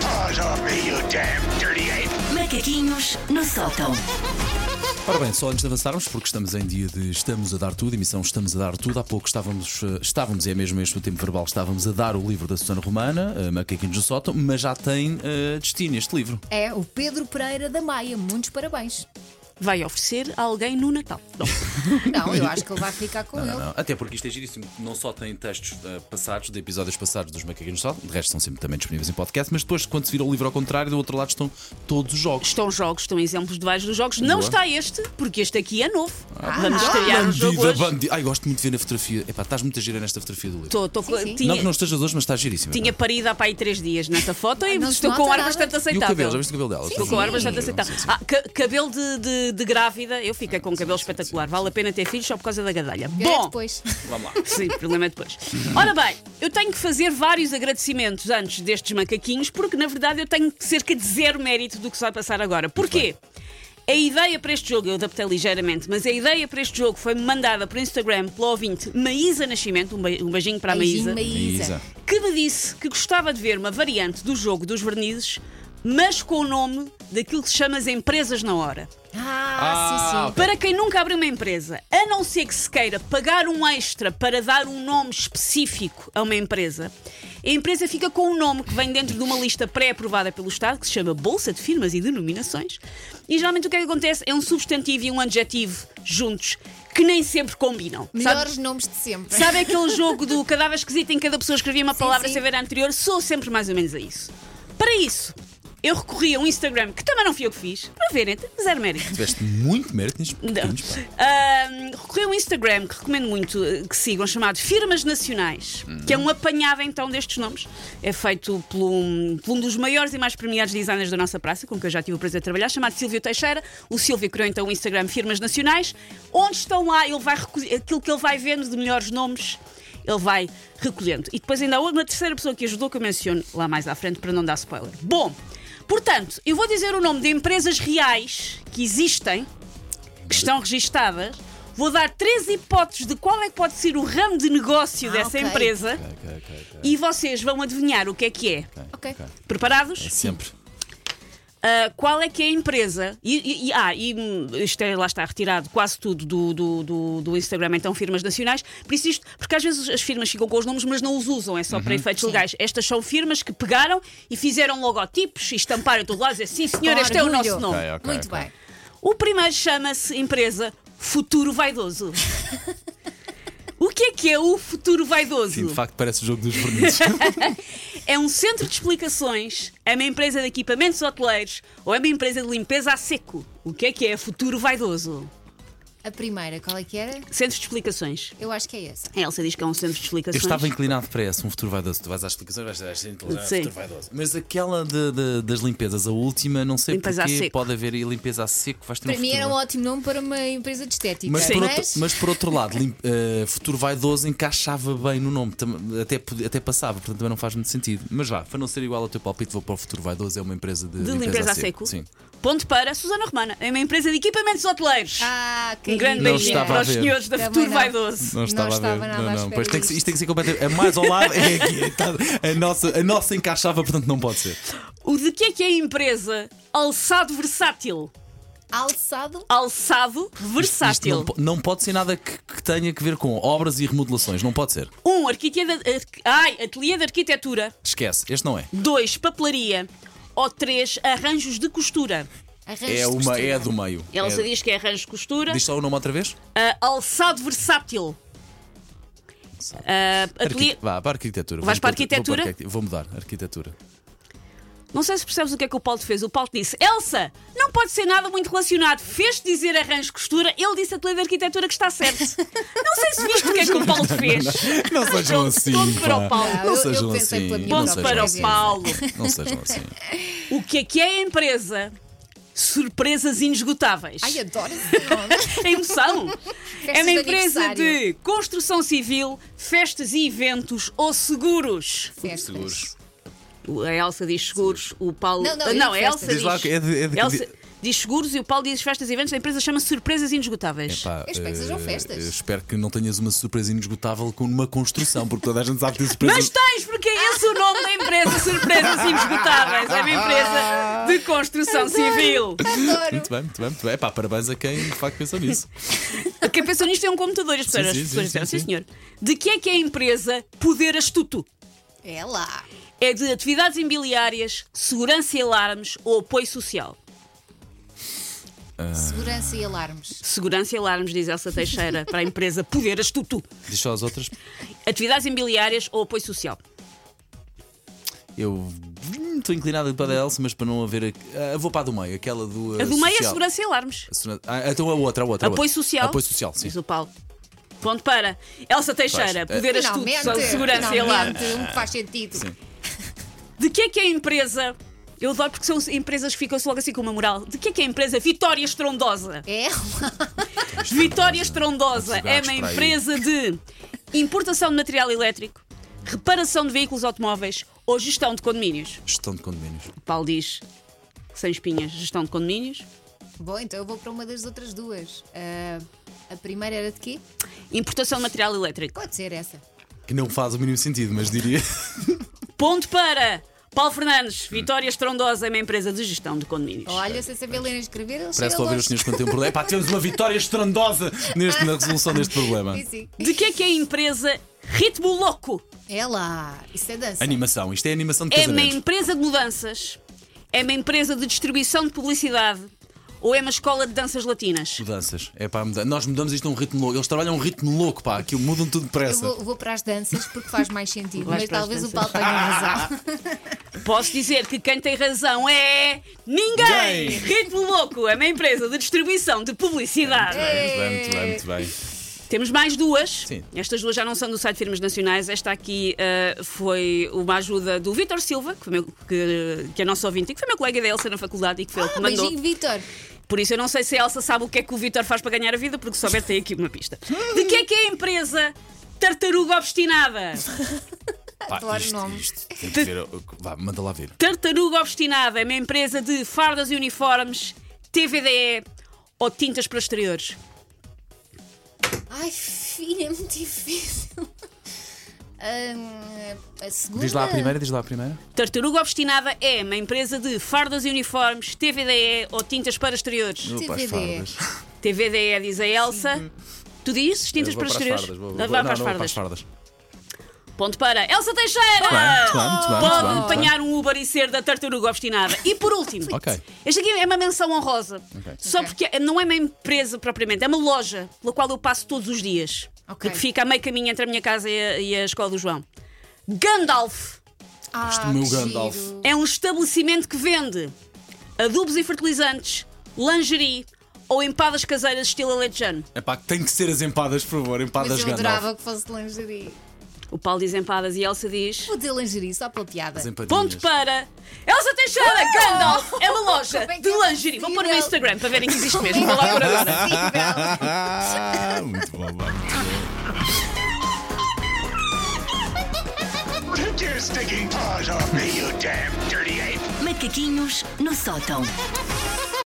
paws off me, you damn dirty ape! Macaquinhos no sótão. Ora bem, só antes de avançarmos, porque estamos em dia de Estamos a Dar Tudo, emissão Estamos a Dar Tudo. Há pouco estávamos, eh, estávamos e é mesmo este o tempo verbal, estávamos a dar o livro da Susana Romana, eh, Macaquinhos no Sótão, mas já tem eh, destino este livro. É o Pedro Pereira da Maia. Muitos parabéns. vai oferecer a alguém no Natal. Não. Não, eu acho que ele vai ficar com ele. Não, até porque isto é giríssimo. Não só tem textos eh, passados, de episódios passados dos Macaquinhos no Sótão, de resto são sempre também disponíveis em podcast, mas depois, quando se vira o livro ao contrário, do outro lado estão todos os jogos. Estão jogos, estão exemplos de vários dos jogos. Boa. Não Ah, está este, porque este aqui é novo. Vamos estrear o jogo Bandida, hoje. bandida. Ai, gosto muito de ver na fotografia. Epá, estás muito a girar nesta fotografia do livro. Tô- tô com- sim. Tinha, Não que não estejas hoje, mas estás giríssima. é? tinha parido há pai três dias nessa foto e Ah, não se estou nota com ar nada. bastante E o aceitável. cabelo, já viste o cabelo dela? Estou com ar bastante aceitável. Ah, ca- cabelo de, de- de grávida, eu fiquei com um cabelo espetacular. Vale a pena ter filhos só por causa da gadalha. É Bom, depois. Vamos lá. Sim, o problema é depois. Ora bem, eu tenho que fazer vários agradecimentos antes destes macaquinhos, porque na verdade eu tenho cerca de zero mérito do que se vai passar agora. Porquê? A ideia para este jogo, eu adaptei ligeiramente, mas a ideia para este jogo foi-me mandada por Instagram pela ouvinte Maísa Nascimento, um bei- um beijinho para a Beijinho, Maísa, Maísa. que me disse que gostava de ver uma variante do jogo dos vernizes, mas com o nome daquilo que se chama as empresas na hora. Ah, Ah, sim, sim. Para quem nunca abriu uma empresa, a não ser que se queira pagar um extra para dar um nome específico a uma empresa, a empresa fica com um nome que vem dentro de uma lista pré-aprovada pelo Estado, que se chama Bolsa de Firmas e Denominações, e geralmente o que é que acontece é um substantivo e um adjetivo juntos que nem sempre combinam. Melhores Sabe, nomes de sempre. sabe aquele jogo do cadáver esquisito em que cada pessoa escrevia uma palavra sim. sem ver a anterior? Sou sempre mais ou menos a isso. Para isso, eu recorri a um Instagram que também não fui eu que fiz, para verem, zero mérito. Tiveste muito mérito nestes pequeninos, pá. Ahm, recorri a um Instagram que recomendo muito eh, que sigam, chamado Firmas Nacionais, que é um apanhado então destes nomes. É feito por um, por um dos maiores e mais premiados designers da nossa praça, com quem eu já tive o prazer de trabalhar, chamado Silvio Teixeira. O Silvio criou então o Instagram Firmas Nacionais, onde estão lá, ele vai recolher aquilo que ele vai vendo de melhores nomes. Ele vai recolhendo. E depois ainda há uma terceira pessoa que ajudou, que eu menciono lá mais à frente para não dar spoiler. Bom, portanto, eu vou dizer o nome de empresas reais que existem que estão registadas, vou dar três hipóteses de qual é que pode ser o ramo de negócio Ah, dessa ok. empresa Ok, ok, ok. e vocês vão adivinhar o que é que é. Ok. Preparados? É Sempre. Ah, qual é que é a empresa? E, e- e- ah, e hum, isto é, lá está retirado quase tudo do, do, do, do Instagram, então firmas nacionais. Por isso isto, porque às vezes as firmas ficam com os nomes, mas não os usam, é só Uhum. para efeitos legais. Estas são firmas que pegaram e fizeram logotipos e estamparam todo lado e dizer, sim senhor, Com este é o orgulho. nosso nome. Ok, ok, Muito ok. bem. O primeiro chama-se empresa Futuro Vaidoso. o que é que é o Futuro Vaidoso? Sim, de facto parece o jogo dos vernizes. É um centro de explicações, é uma empresa de equipamentos hoteleiros ou é uma empresa de limpeza a seco? O que é que é Futuro Vaidoso? A primeira, qual é que era? Centro de explicações. Eu acho que é essa. A Elsa diz que é um centro de Eu explicações. estava inclinado para essa, um futuro vaidoso. Tu vais às explicações, vais, vais ser inteligente, Sim. futuro vaidoso. Mas aquela de- de- das limpezas, a última, não sei Limpeza a porquê, seco. pode haver aí limpeza a seco, vais ter Para um mim futuro era um vai- ótimo nome para uma empresa de estética. é? mas por, outro, mas por outro lado, lim- eh, futuro vaidoso encaixava bem no nome, tam- até, pod- até passava, portanto também não faz muito sentido. Mas vá, para não ser igual ao teu palpite, vou para o futuro vaidoso, é uma empresa de, de limpeza a seco. Sim. Ponto para Susana Romana, é uma empresa de equipamentos hoteleiros. Ah, que um grande Não beijinho estava para a os ver. senhores da Também Futuro não. Vaidoso. Não estava, estava a ver. nada não, à não. espera Pois tem que, ser- disto. isto tem que ser completamente. É mais ao lado. É aqui, é, tá- a, nossa, a nossa encaixava, portanto não pode ser. O de que é que é a empresa Alçado Versátil? Alçado. Alçado Isto- isto Versátil. não, po- não pode ser nada que, que tenha que ver com obras e remodelações. Não pode ser. Um, arquiteto, arqu- ai, ateliê de arquitetura. Esquece. Este não é. Dois, papelaria. Ou três, arranjos de costura. Arranjos É de uma. costura. É do meio. Ela é, diz que é arranjos de costura. diz só o nome outra vez? Ah, alçado versátil. Ah, ateliê- Arquite- Vá, para a arquitetura. Vais Vamos para outra- vou a arquitetura? arquite- Vou mudar. Arquitetura. Não sei se percebes o que é que o Paulo te fez. O Paulo te disse: Elsa, não pode ser nada muito relacionado. Fez-te dizer arranjo de costura, ele disse ateliê de arquitetura que está certo. não sei se viste o que é que o Paulo te fez. Não sejam Todo- assim. todo Então, para pá. o Paulo. Ah, Não eu- eu sejam pensei assim. pela minha não Ponto sejam para assim. o Paulo. Não sejam assim. O que é que é a empresa? Surpresas inesgotáveis. Ai, adoro esse nome. É emoção! é uma de empresa de aniversário. construção civil, festas e eventos ou seguros. Festas. Seguros. A Elsa diz seguros, o Paulo. Ah, Não, não, eu a digo Elsa festas. Diz lá, é de- é de- Elsa- de- diz seguros e o Paulo diz festas e eventos. A empresa chama Surpresas Inesgotáveis. Epá, Eu espero que sejam eh, festas. eu Espero que não tenhas uma surpresa inesgotável com uma construção, porque toda a gente sabe que tem surpresas. Mas tens, porque é esse o nome da empresa, Surpresas Inesgotáveis. É uma empresa de construção civil. Adoro. Muito bem, muito bem, muito bem. Epá, parabéns a quem de facto pensou nisso. Quem pensou nisto é um computador. As pessoas, Sim, sim, as pessoas sim, disseram, sim, sim, sim. senhor. De que é que é a empresa Poder Astuto? É lá. É de atividades imobiliárias, segurança e alarmes ou apoio social? Segurança e alarmes. Segurança e alarmes, diz Elsa Teixeira, para a empresa Poder Astuto. Diz só as outras. Atividades imobiliárias ou apoio social? Eu hum, estou inclinado para a Elsa, mas para não haver. a- ah, vou para a do meio, aquela do. ah, A do meio é Eh, social. segurança e alarmes. A segura- Ah, então a outra, a outra. a Apoio outra. social. Apoio social, sim. Diz o Paulo. Ponto para Elsa Teixeira, Pois, é. Poder Astuto, Finalmente. Segurança e Alarmes. finalmente, um que faz sentido. De que é que é a empresa? Eu adoro porque são empresas que ficam-se logo assim com uma moral. De que é que é a empresa Vitória Estrondosa? É lá. Vitória Estrondosa Muitos é gatos uma para aí. empresa de importação de material elétrico, reparação de veículos automóveis ou gestão de condomínios. Gestão de condomínios. O Paulo diz, sem espinhas, gestão de condomínios. Bom, então eu vou para uma das outras duas. Ah, a primeira era de quê? Importação de material elétrico. Pode ser essa. Que não faz o mínimo sentido, mas diria. Ponto para Paulo Fernandes, Vitória Estrondosa é uma empresa de gestão de condomínios. Olha, sem saber ler nem escrever, eles Parece que chegam ouvir longe. os senhores quando tem um problema. Epá, tivemos uma vitória estrondosa neste, na resolução deste problema. Sim, sim. De que é que é a empresa Ritmo Louco? É lá. Isso é dança. Animação, isto é animação de É uma casamento. empresa de mudanças? É uma empresa de distribuição de publicidade? Ou é uma escola de danças latinas? Mudanças. É pá, muda- nós mudamos isto a um ritmo louco. Eles trabalham a um ritmo louco, pá, aquilo mudam tudo Eu depressa. vou, vou para as danças porque faz mais sentido, Vais mas para as talvez o Paulo danças. tenha razão. Posso dizer que quem tem razão é. Ninguém! Ninguém! Ritmo Louco é uma empresa de distribuição de publicidade. Muito bem, muito bem, muito bem. Temos mais duas. É. Sim. Estas duas já não são do site Firmas Nacionais. Esta aqui ah, foi uma ajuda do Vítor Silva, que, foi meu- que- que é nosso ouvinte, e que foi meu colega da Elsa na faculdade e que foi ele que Ah, mandou. beijinho, Vitor. Por isso eu não sei se a Elsa sabe o que é que o Vitor faz para ganhar a vida, porque souber tem aqui uma pista. De que é que é a empresa Tartaruga Obstinada? Pá, Adoro isto- nomes. isto tem que ver. Vá, manda lá ver. Tartaruga Obstinada é uma empresa de fardas e uniformes, TVDE ou tintas para exteriores. Ai, filha, é muito difícil. Hum, a segunda. Diz lá a primeira, diz lá a primeira. Tartaruga Obstinada é uma empresa de fardas e uniformes, TVDE ou tintas para exteriores. Vou para as TVD. fardas. TVDE, diz a Elsa. Tu dizes Eu tintas vou para as exteriores? fardas, vou- Não, vou- vai não, para as não, vou fardas. fardas. Ponto para Elsa Teixeira! Muito bem, muito bem, muito bem, Pode muito bem. apanhar um Uber e ser da tartaruga obstinada. E por último, Ok. esta aqui é uma menção honrosa. Ok. Só Ok. porque não é uma empresa propriamente, é uma loja pela qual eu passo todos os dias. Ok. Porque fica a meio caminho entre a minha casa e a, e a escola do João. Gandalf Ah, Isto, meu que Gandalf. giro. é um estabelecimento que vende adubos e fertilizantes, lingerie ou empadas caseiras estilo alentejano. É pá, tem que ser as empadas, por favor. Empadas Mas eu Gandalf. adorava que fosse de lingerie. O Paulo diz empadas e Elsa diz... Vou dizer lingerie, só pela piada. As empadinhas. Ponto para Elsa Teixeira, Gandalf, é uma loja Como é que de é lingerie. Vou pôr no possível? Instagram para verem que existe mesmo. Vou lá por agora. agora. Ah, muito bom, vá. Take your stinking paws off me, you damn dirty ape! Macaquinhos no sótão.